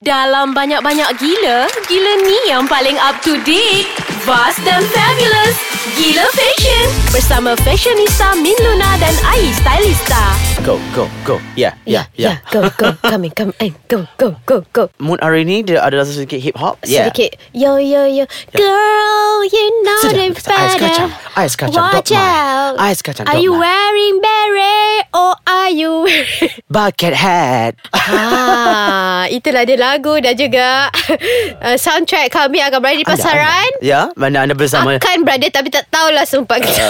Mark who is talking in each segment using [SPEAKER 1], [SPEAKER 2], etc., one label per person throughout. [SPEAKER 1] Dalam banyak-banyak gila, gila ni yang paling up to date. Vast dan fabulous. Gila Fashion. Bersama fashionista Min Luna dan AI Stylista.
[SPEAKER 2] Go, go, go. Yeah, yeah, yeah.
[SPEAKER 3] Ya, Go, go, come in, come in. Go, go, go, go.
[SPEAKER 2] Mood hari ni dia ada rasa sedikit hip hop.
[SPEAKER 3] Sedikit. Yo, yo, yo. Girl, you know
[SPEAKER 2] Ya. Sedap.
[SPEAKER 3] them
[SPEAKER 2] Sedap. Ais
[SPEAKER 3] better.
[SPEAKER 2] kacang. Ais kacang.
[SPEAKER 3] Watch
[SPEAKER 2] dot mine.
[SPEAKER 3] out.
[SPEAKER 2] Ais kacang.
[SPEAKER 3] Are
[SPEAKER 2] dot
[SPEAKER 3] you
[SPEAKER 2] mine.
[SPEAKER 3] wearing beret or are you wearing...
[SPEAKER 2] Bucket hat.
[SPEAKER 3] ah, itulah dia lagu dan juga uh, soundtrack kami akan berada di pasaran.
[SPEAKER 2] Anda, anda. Ya, mana anda bersama.
[SPEAKER 3] Akan berada tapi tak tahulah sumpah kita.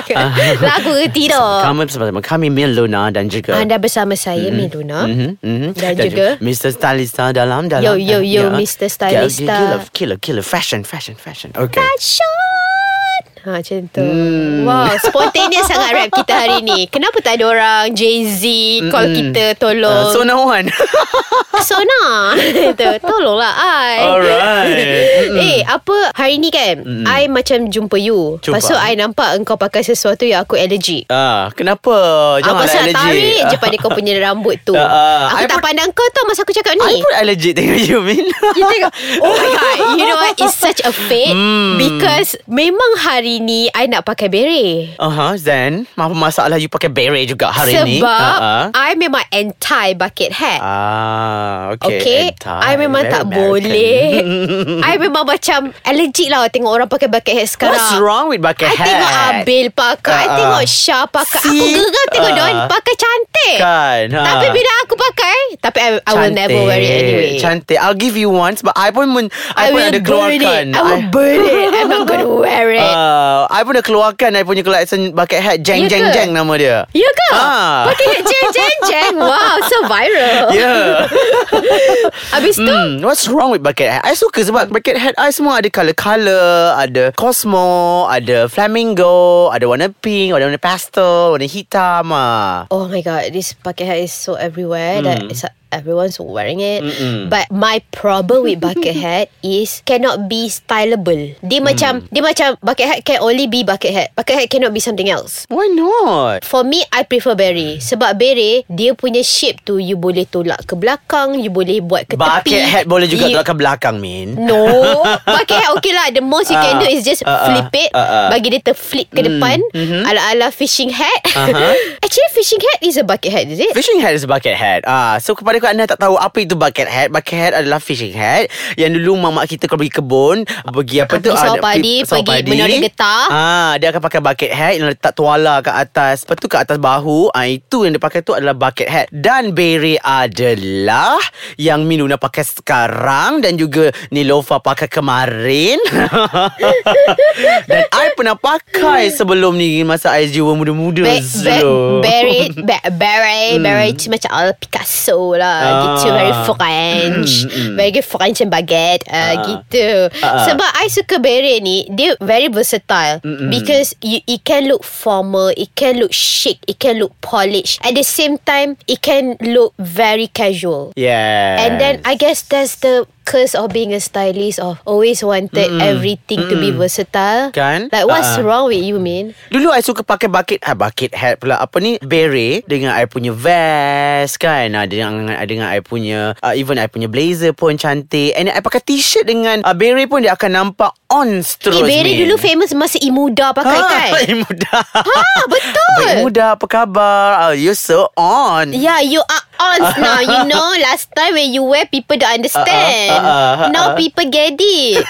[SPEAKER 3] Akan- Lah, lagu ke tidak.
[SPEAKER 2] Kami bersama kami Mil Luna dan juga
[SPEAKER 3] kan- Anda Ah, bersama saya, mm-hmm. Miluna.
[SPEAKER 2] Mhm, mhm.
[SPEAKER 3] Dan juga-
[SPEAKER 2] Mr. Stylista dalam dalam Ya.
[SPEAKER 3] Yo, yo, yo, Mr. Stylista.
[SPEAKER 2] Killer, killer, killer Fashion, fashion, fashion Okay
[SPEAKER 3] Sean Ha macam tu hmm. Wow Spontaneous sangat rap kita hari ni Kenapa tak ada orang Jay-Z Call
[SPEAKER 2] uh,
[SPEAKER 3] kita Tolong
[SPEAKER 2] So no one
[SPEAKER 3] Eh. Sona Itu Tolonglah I
[SPEAKER 2] Alright
[SPEAKER 3] Mm. Eh apa Hari ni kan mm. I macam jumpa you
[SPEAKER 2] Jumpa.
[SPEAKER 3] Lepas tu I nampak Engkau pakai sesuatu Yang aku allergic
[SPEAKER 2] Ah, kenapa?
[SPEAKER 3] Jangan
[SPEAKER 2] Janganlah
[SPEAKER 3] Aku rasa
[SPEAKER 2] allergic.
[SPEAKER 3] tarik je pada kau punya rambut tu
[SPEAKER 2] Ah, ah.
[SPEAKER 3] Aku
[SPEAKER 2] I
[SPEAKER 3] tak
[SPEAKER 2] pun-
[SPEAKER 3] pandang kau tau Masa aku cakap ni
[SPEAKER 2] I pun allergic tengok you, Min.
[SPEAKER 3] You tengok Oh my god You know what It's such a fate
[SPEAKER 2] Hmm.
[SPEAKER 3] Because Memang hari ni I nak pakai beret
[SPEAKER 2] Aha, Zen. Apa Uh-huh, masalah you pakai beret juga hari
[SPEAKER 3] Sebab
[SPEAKER 2] ni? Ah, ah.
[SPEAKER 3] I memang anti bucket hat
[SPEAKER 2] Ah, okay.
[SPEAKER 3] Okay,
[SPEAKER 2] Entah.
[SPEAKER 3] I memang
[SPEAKER 2] Very
[SPEAKER 3] tak
[SPEAKER 2] American.
[SPEAKER 3] boleh I memang macam Allergic lah Tengok orang pakai bucket hat sekarang
[SPEAKER 2] What's wrong with bucket
[SPEAKER 3] I
[SPEAKER 2] hat?
[SPEAKER 3] tengok Abil pakai
[SPEAKER 2] Ah,
[SPEAKER 3] I
[SPEAKER 2] ah.
[SPEAKER 3] tengok Syah pakai Aku
[SPEAKER 2] See?
[SPEAKER 3] geram tengok
[SPEAKER 2] Ah.
[SPEAKER 3] Diorang pakai cantik
[SPEAKER 2] Kan? ha.
[SPEAKER 3] Tapi bila aku pakai Tapi I, I will
[SPEAKER 2] Cantik.
[SPEAKER 3] never wear it anyway
[SPEAKER 2] Cantik. I'll give you one sebab I pun men, I,
[SPEAKER 3] I
[SPEAKER 2] pun
[SPEAKER 3] will
[SPEAKER 2] ada
[SPEAKER 3] burn
[SPEAKER 2] keluarkan.
[SPEAKER 3] it I will burn it I'm not gonna wear it
[SPEAKER 2] Uh, I pun dah keluarkan I punya collection bucket hat Jeng
[SPEAKER 3] Ya
[SPEAKER 2] jeng
[SPEAKER 3] ke?
[SPEAKER 2] jeng nama dia
[SPEAKER 3] Ya ke?
[SPEAKER 2] Ah.
[SPEAKER 3] Pakai hat jeng jeng jeng Wow so viral
[SPEAKER 2] Yeah
[SPEAKER 3] Habis tu
[SPEAKER 2] Ya. Hmm, what's wrong with bucket hat? I suka sebab bucket hat I semua ada colour-colour Ada Cosmo Ada Flamingo Ada warna pink Ada warna pastel Warna hitam ah.
[SPEAKER 3] Oh my god, this bucket hat is so everywhere that
[SPEAKER 2] Mm.
[SPEAKER 3] it's, everyone's wearing it. But my problem with bucket hat is cannot be stylable. Dia
[SPEAKER 2] Hmm.
[SPEAKER 3] macam dia macam bucket hat can only be bucket hat. Bucket hat cannot be something else.
[SPEAKER 2] Why not?
[SPEAKER 3] For me, I prefer
[SPEAKER 2] Hmm.
[SPEAKER 3] beret. Sebab beret, dia punya shape tu you boleh tolak ke belakang, you boleh buat ke tepi.
[SPEAKER 2] Bucket hat boleh juga
[SPEAKER 3] you,
[SPEAKER 2] tolak ke belakang, Min
[SPEAKER 3] No Pakai hat okay lah The most you
[SPEAKER 2] Ah,
[SPEAKER 3] can do Is just
[SPEAKER 2] ah, ah,
[SPEAKER 3] flip it
[SPEAKER 2] ah, ah.
[SPEAKER 3] Bagi dia terflip ke depan Ala-ala fishing hat
[SPEAKER 2] Uh-huh.
[SPEAKER 3] Actually fishing hat Is a bucket hat is it?
[SPEAKER 2] Fishing hat is a bucket hat ah, So kepada anda tak tahu Apa itu bucket hat Bucket hat adalah fishing hat Yang dulu mamak kita Kalau pergi kebun Pergi apa
[SPEAKER 3] Ah,
[SPEAKER 2] tu
[SPEAKER 3] pergi sawah
[SPEAKER 2] ada pi-
[SPEAKER 3] padi,
[SPEAKER 2] sawah
[SPEAKER 3] pergi menori getah.
[SPEAKER 2] ah, Dia akan pakai bucket hat Yang letak tuala kat atas Lepas tu kat atas bahu ah, Itu yang dia pakai tu Adalah bucket hat Dan beret adalah Yang Minuna pakai sekarang Dan juga Nilofa pakai kemarin Dan I pernah pakai Sebelum ni Masa I jiwa muda-muda
[SPEAKER 3] Be-
[SPEAKER 2] dulu.
[SPEAKER 3] be- beret be- beret beret tu macam ala Picasso lah
[SPEAKER 2] Hmm. Ah. Hmm,
[SPEAKER 3] gitu very French very good French and baguette
[SPEAKER 2] Ah.
[SPEAKER 3] uh, gitu sebab I suka beret ni dia very
[SPEAKER 2] Hmm,
[SPEAKER 3] versatile because you, it can look formal it can look chic it can look polished at the same time it can look very casual
[SPEAKER 2] Yeah.
[SPEAKER 3] And then I guess that's the curse of being a stylist of always wanted everything to be versatile.
[SPEAKER 2] Hmm, Kan?
[SPEAKER 3] Like
[SPEAKER 2] Ah.
[SPEAKER 3] what's wrong with you, man?
[SPEAKER 2] Dulu I suka pakai bucket ah, Bucket hat pula Apa ni Beret Dengan I punya vest Kan ah, Dengan dengan I punya uh, Even I punya blazer pun cantik And I pakai t-shirt dengan uh, Beret pun dia akan nampak On terus
[SPEAKER 3] Eh, Berry dulu famous masa Imuda pakai ha, kan?
[SPEAKER 2] Baik muda
[SPEAKER 3] Ha, betul.
[SPEAKER 2] Baik muda apa khabar oh, You're so on
[SPEAKER 3] Yeah, you are on now. You know, last time when you wear, people don't understand.
[SPEAKER 2] Ah, ah, ah, ah,
[SPEAKER 3] now
[SPEAKER 2] ah.
[SPEAKER 3] people get it.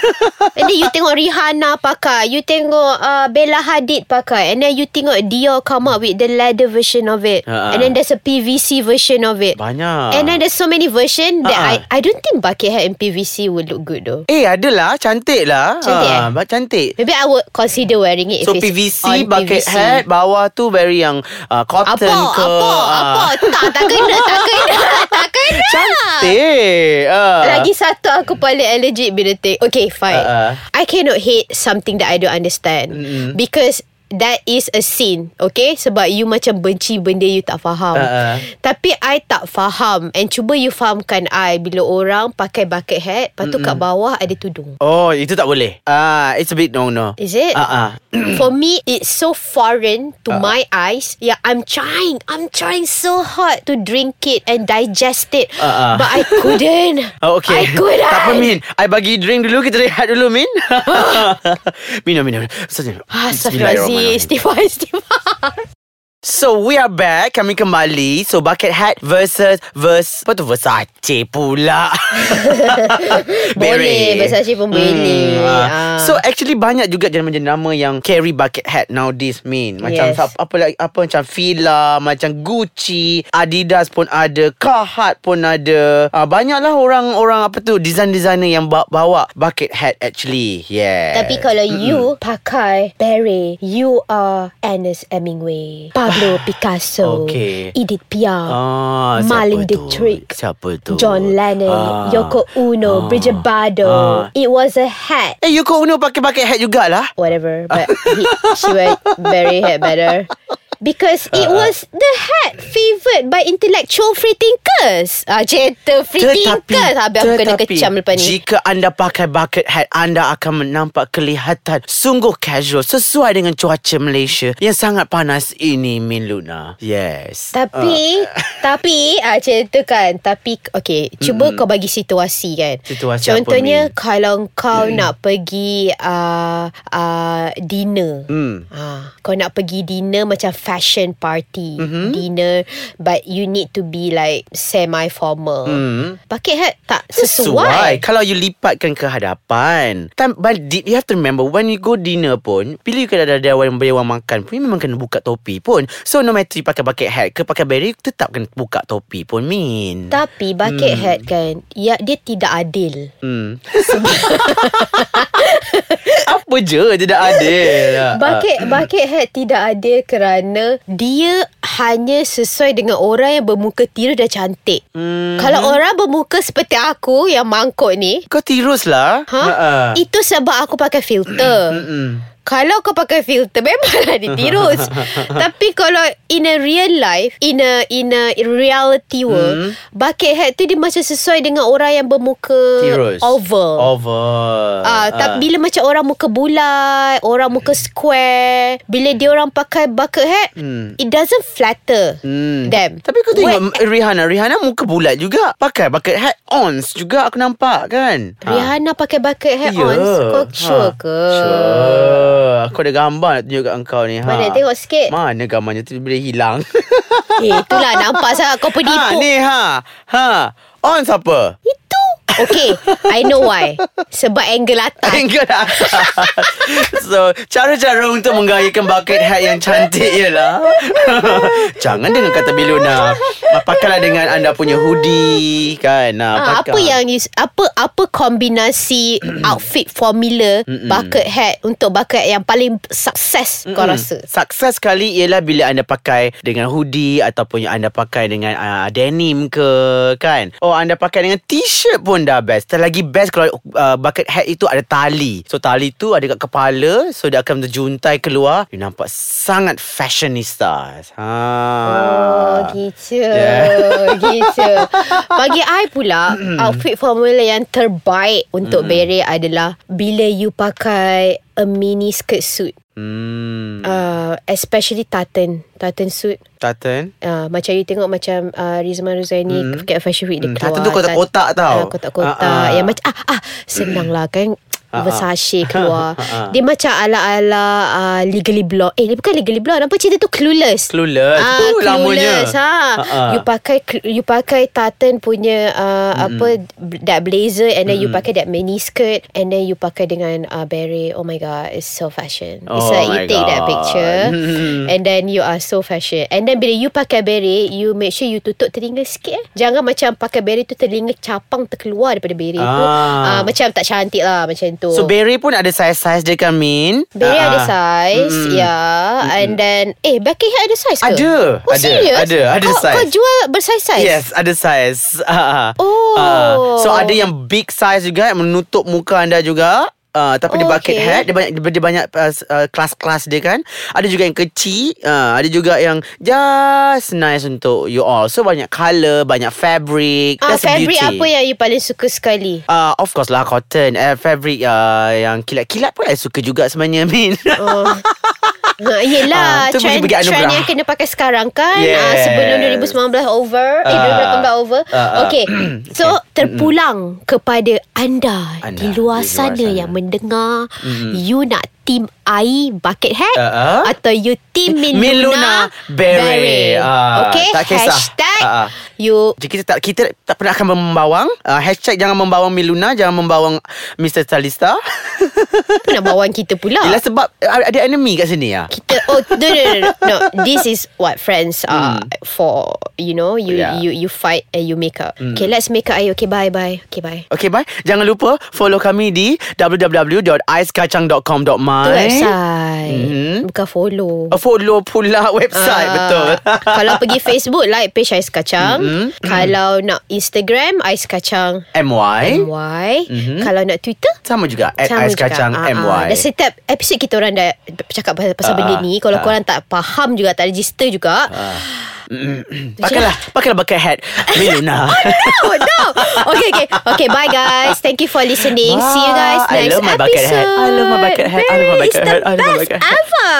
[SPEAKER 3] and then you tengok Rihanna pakai. You tengok uh, Bella Hadid pakai. And then you tengok Dior come up with the leather version of it.
[SPEAKER 2] Ah, ah.
[SPEAKER 3] And then there's a PVC version of it.
[SPEAKER 2] Banyak
[SPEAKER 3] And then there's so many version that
[SPEAKER 2] Ah, ah.
[SPEAKER 3] I I don't think bucket hat and PVC would look good though.
[SPEAKER 2] Eh adalah Cantik lah
[SPEAKER 3] Cantik, eh?
[SPEAKER 2] ah, Cantik
[SPEAKER 3] Maybe I would consider wearing it
[SPEAKER 2] So
[SPEAKER 3] if it's
[SPEAKER 2] PVC
[SPEAKER 3] on
[SPEAKER 2] bucket
[SPEAKER 3] PVC.
[SPEAKER 2] hat Bawah tu very yang uh, Cotton
[SPEAKER 3] Apa,
[SPEAKER 2] ke
[SPEAKER 3] apa,
[SPEAKER 2] ah.
[SPEAKER 3] apa Tak, tak kena, tak kena Tak kena
[SPEAKER 2] Cantik ah.
[SPEAKER 3] Lagi satu aku paling allergic bila take Okay fine
[SPEAKER 2] Ah, ah.
[SPEAKER 3] I cannot hate something that I don't understand Because that is a sin Okay Sebab you macam benci benda you tak faham
[SPEAKER 2] Uh-uh.
[SPEAKER 3] Tapi I tak faham And cuba you fahamkan I Bila orang pakai bucket hat Lepas tu kat bawah ada tudung
[SPEAKER 2] Oh, itu tak boleh. Ah, it's a bit no no.
[SPEAKER 3] Is it?
[SPEAKER 2] Ah ah.
[SPEAKER 3] For me, it's so foreign to my eyes. Yeah, I'm trying. I'm trying so hard to drink it and digest it.
[SPEAKER 2] Ah, ah.
[SPEAKER 3] But I couldn't.
[SPEAKER 2] Oh, okay.
[SPEAKER 3] I couldn't.
[SPEAKER 2] Tak apa, Min. I bagi drink dulu. Kita rehat dulu, Min. minum, minum. Saja.
[SPEAKER 3] Ah, Astaghfirullahaladzim. Istighfar, istighfar.
[SPEAKER 2] So we are back Kami kembali So Bucket Hat versus vers, Apa tu Versace pula
[SPEAKER 3] Boleh, Versace pun boleh.
[SPEAKER 2] Mm,
[SPEAKER 3] Ah.
[SPEAKER 2] So actually banyak juga jenama-jenama Yang carry Bucket Hat Nowadays mean Macam
[SPEAKER 3] Yes.
[SPEAKER 2] apa, apa, lagi- apa Macam Fila Macam Gucci Adidas pun ada Carhartt pun ada uh, Banyaklah orang-orang Apa tu Design-designer yang ba- bawa Bucket Hat actually Yeah
[SPEAKER 3] Tapi kalau you pakai beret, you are Ernest Hemingway, Pablo Picasso,
[SPEAKER 2] Ah. Okay.
[SPEAKER 3] Edith Piaf,
[SPEAKER 2] Ah, siapa
[SPEAKER 3] Marlene
[SPEAKER 2] tu?
[SPEAKER 3] Dietrich,
[SPEAKER 2] Siapa tu?
[SPEAKER 3] John Lennon,
[SPEAKER 2] Ah.
[SPEAKER 3] Yoko Uno,
[SPEAKER 2] Ah.
[SPEAKER 3] Bridget
[SPEAKER 2] Ah.
[SPEAKER 3] Bardot. It was a hat.
[SPEAKER 2] Eh Yoko Ono pakai bucket hat jugalah
[SPEAKER 3] whatever, but he, she wear berry hat better because it
[SPEAKER 2] Uh-huh.
[SPEAKER 3] was the hat favoured by intellectual free thinkers. Ah, jeta free thinkers. Habis aku kena
[SPEAKER 2] tetapi,
[SPEAKER 3] kecam lepas ni.
[SPEAKER 2] Jika anda pakai bucket hat Anda akan menampak kelihatan Sungguh casual Sesuai dengan cuaca Malaysia Yang sangat panas ini Min Luna Yes
[SPEAKER 3] Tapi Tapi ah, Macam tu kan Tapi Okay Cuba kau bagi situasi kan
[SPEAKER 2] Situasi
[SPEAKER 3] Contohnya
[SPEAKER 2] apa, Min?
[SPEAKER 3] Kalau kau nak pergi uh, uh, Dinner hmm. ah, Kau nak pergi dinner Macam fashion party mm-hmm. Dinner But you need to be like Semi formal mm. Bucket hat tak
[SPEAKER 2] Suai.
[SPEAKER 3] sesuai
[SPEAKER 2] Kalau you lipatkan ke hadapan Time, But di- you have to remember When you go dinner pun Bila you kena ada ada orang Bayar orang makan pun You memang kena buka topi pun So no matter you pakai bucket hat ke Pakai berry Tetap kena buka topi pun Min
[SPEAKER 3] Tapi bucket mm. hat kan ya, Dia tidak adil
[SPEAKER 2] Hmm. Apa je tidak Ah. adil.
[SPEAKER 3] Bucket bucket hat tidak adil kerana dia hanya sesuai dengan orang yang bermuka tirus dan cantik. Mm-hmm. Kalau orang bermuka seperti aku yang mangkuk ni,
[SPEAKER 2] Kau tirus lah.
[SPEAKER 3] ha?
[SPEAKER 2] Ha-ha.
[SPEAKER 3] Itu sebab aku pakai filter. Kalau kau pakai filter memanglah dia tirus. Tapi kalau in a real life, in a in a reality world, bucket hat tu dia macam sesuai dengan orang yang bermuka
[SPEAKER 2] Tirus. Oh,
[SPEAKER 3] oval.
[SPEAKER 2] Oval.
[SPEAKER 3] Ah, tak
[SPEAKER 2] Ah. Hmm.
[SPEAKER 3] bila macam orang muka bulat, orang muka square, bila dia orang pakai bucket hat, it doesn't flatter
[SPEAKER 2] Hmm.
[SPEAKER 3] them.
[SPEAKER 2] Tapi kau tengok Wait. Rihanna Rihanna muka bulat juga Pakai bucket hat Ons juga aku nampak kan
[SPEAKER 3] Wait, Rihanna pakai bucket hat
[SPEAKER 2] Ya.
[SPEAKER 3] on. Kau sure
[SPEAKER 2] Ha.
[SPEAKER 3] ke?
[SPEAKER 2] Sure Aku ada gambar nak tunjuk kat engkau ni ha.
[SPEAKER 3] Mana? Tengok sikit.
[SPEAKER 2] Mana gambarnya tu boleh hilang
[SPEAKER 3] Eh, itulah nampak sangat kau
[SPEAKER 2] Ha
[SPEAKER 3] penipu.
[SPEAKER 2] ni ha Ha On siapa?
[SPEAKER 3] Itu. Okay, I know why. Sebab angle atas.
[SPEAKER 2] Angle atas So Cara-cara untuk menggayakan bucket hat yang cantik ialah Jangan dengan kata Biluna Pakailah dengan anda punya hoodie Kan ah,
[SPEAKER 3] Ah,
[SPEAKER 2] pakai.
[SPEAKER 3] apa yang you, apa apa kombinasi outfit formula bucket hat untuk bucket hat yang paling sukses kau rasa?
[SPEAKER 2] Sukses sekali ialah bila anda pakai dengan hoodie Ataupun yang anda pakai dengan uh, denim ke kan Oh anda pakai dengan t-shirt pun dah best Dan lagi best kalau uh, bucket hat itu ada tali So tali tu ada kat kepala So dia akan terjuntai keluar You nampak sangat fashionista ha.
[SPEAKER 3] Oh, gitu.
[SPEAKER 2] Ah, Yeah.
[SPEAKER 3] gitu. Bagi I pula, outfit formula yang terbaik untuk beret adalah bila you pakai a mini skirt suit.
[SPEAKER 2] Hmm
[SPEAKER 3] Uh, especially tartan. Tartan suit.
[SPEAKER 2] Tartan
[SPEAKER 3] Uh, macam you tengok macam uh, Rizman Ruzaini mm. kat Fashion Week dia
[SPEAKER 2] Hmm,
[SPEAKER 3] keluar. kan?
[SPEAKER 2] tartan tu kotak-kotak tau.
[SPEAKER 3] Ah, kotak-kotak.
[SPEAKER 2] Ah, ah.
[SPEAKER 3] Yang macam, ah, ah, senang lah kan.
[SPEAKER 2] Ah, ah.
[SPEAKER 3] Versace keluar
[SPEAKER 2] Ah, ah.
[SPEAKER 3] Dia macam ala-ala uh, Legally Blonde Eh dia bukan Legally Blonde Apa cerita tu Clueless
[SPEAKER 2] Clueless
[SPEAKER 3] Ah,
[SPEAKER 2] Tu lamanya
[SPEAKER 3] clueless, ha.
[SPEAKER 2] Ah, ah.
[SPEAKER 3] You pakai cl- you pakai tartan punya uh, apa b- that blazer and then you pakai that mini skirt and then you pakai dengan uh, beret. Oh my god, it's so fashion. It's
[SPEAKER 2] Oh
[SPEAKER 3] like you
[SPEAKER 2] my
[SPEAKER 3] take that
[SPEAKER 2] God. Mm-hmm.
[SPEAKER 3] picture and then you are so fashion. And then bila you pakai beret, you make sure you tutup telinga sikit eh. Jangan macam pakai beret tu telinga capang terkeluar daripada beret tu.
[SPEAKER 2] Ah.
[SPEAKER 3] Uh, macam tak cantik lah macam tu.
[SPEAKER 2] So beret pun ada saiz-saiz dia kan Min
[SPEAKER 3] Beret
[SPEAKER 2] Ah,
[SPEAKER 3] ada
[SPEAKER 2] ah.
[SPEAKER 3] size mm. Yeah And then Eh Becky Hill ada size ke?
[SPEAKER 2] Ada,
[SPEAKER 3] Oh
[SPEAKER 2] ada,
[SPEAKER 3] serious?
[SPEAKER 2] ada, ada
[SPEAKER 3] oh, Kau
[SPEAKER 2] size.
[SPEAKER 3] jual bersize-size?
[SPEAKER 2] Yes, ada saiz. Ah, ah.
[SPEAKER 3] Oh.
[SPEAKER 2] Ah. So ada yang big size juga yang menutup muka anda juga. Uh, tapi oh,
[SPEAKER 3] Oh,
[SPEAKER 2] dia bucket
[SPEAKER 3] okay.
[SPEAKER 2] hat Dia banyak Dia, dia banyak uh, s- uh, Kelas-kelas dia kan Ada juga yang kecil uh, Ada juga yang Just nice untuk you all So banyak colour Banyak fabric
[SPEAKER 3] Ah,
[SPEAKER 2] That's
[SPEAKER 3] fabric
[SPEAKER 2] beauty
[SPEAKER 3] apa yang you paling suka sekali?
[SPEAKER 2] Uh, of course lah cotton uh, Fabric uh, yang kilat-kilat pun I suka juga sebenarnya Min
[SPEAKER 3] Oh. Ha,
[SPEAKER 2] Ah,
[SPEAKER 3] yelah
[SPEAKER 2] tu
[SPEAKER 3] trend,
[SPEAKER 2] bagi- bagi
[SPEAKER 3] trend
[SPEAKER 2] anugerah.
[SPEAKER 3] yang kena pakai sekarang kan Ah,
[SPEAKER 2] Yes.
[SPEAKER 3] Sebelum 2019 over Eh
[SPEAKER 2] Ah.
[SPEAKER 3] 2018 over
[SPEAKER 2] Ah, ah.
[SPEAKER 3] Okay So terpulang kepada anda,
[SPEAKER 2] Anda
[SPEAKER 3] Di luar
[SPEAKER 2] di luar
[SPEAKER 3] sana,
[SPEAKER 2] sana.
[SPEAKER 3] yang mendengar You nak team I Bucket Hat
[SPEAKER 2] Ah, ah.
[SPEAKER 3] Atau you team Min,
[SPEAKER 2] Min Luna
[SPEAKER 3] Luna
[SPEAKER 2] Berry. Ah,
[SPEAKER 3] Okay
[SPEAKER 2] tak kisah.
[SPEAKER 3] Hashtag
[SPEAKER 2] Ah, ah.
[SPEAKER 3] You
[SPEAKER 2] Jadi kita tak kita tak pernah akan membawang. Uh, hashtag jangan membawang Miluna, jangan membawang Mr. Talista.
[SPEAKER 3] Kenapa nak bawang kita pula
[SPEAKER 2] Yelah sebab uh, ada enemy kat sini ya.
[SPEAKER 3] kita oh no no no no, no. this is what friends are for you know you
[SPEAKER 2] Hmm. Yeah. Hmm.
[SPEAKER 3] you you fight and you make up okay let's make up ayo okay bye bye okay bye
[SPEAKER 2] Okay bye. Jangan lupa follow kami di www.aiskacang.com.my.
[SPEAKER 3] tu website
[SPEAKER 2] Mhm.
[SPEAKER 3] bukan follow
[SPEAKER 2] Uh, follow pula website
[SPEAKER 3] Ah,
[SPEAKER 2] betul. Mm-hmm.
[SPEAKER 3] kalau pergi Facebook Like page Ais Kacang Kalau nak Instagram Ais Kacang
[SPEAKER 2] MY
[SPEAKER 3] MY Kalau nak Twitter
[SPEAKER 2] sama juga Eh? Mm-hmm. at
[SPEAKER 3] Sama
[SPEAKER 2] Ais
[SPEAKER 3] juga.
[SPEAKER 2] Kacang
[SPEAKER 3] Ah, ah.
[SPEAKER 2] MY.
[SPEAKER 3] Dan setiap episod kita orang dah Cakap pasal, pasal
[SPEAKER 2] Ah,
[SPEAKER 3] benda
[SPEAKER 2] ah.
[SPEAKER 3] ni
[SPEAKER 2] Ah.
[SPEAKER 3] Kalau korang tak faham juga Tak register juga
[SPEAKER 2] Pakailah pakailah bucket hat Miluna.
[SPEAKER 3] Oh no Okay okay Okay bye guys Thank you for listening See you guys
[SPEAKER 2] Wow, I
[SPEAKER 3] next
[SPEAKER 2] love my
[SPEAKER 3] episode
[SPEAKER 2] bucket hat. I love my bucket hat. I love my
[SPEAKER 3] Barry is
[SPEAKER 2] bucket
[SPEAKER 3] the
[SPEAKER 2] hat. I love my
[SPEAKER 3] best
[SPEAKER 2] bucket hat.
[SPEAKER 3] ever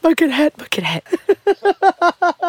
[SPEAKER 2] bucket hat bucket hat.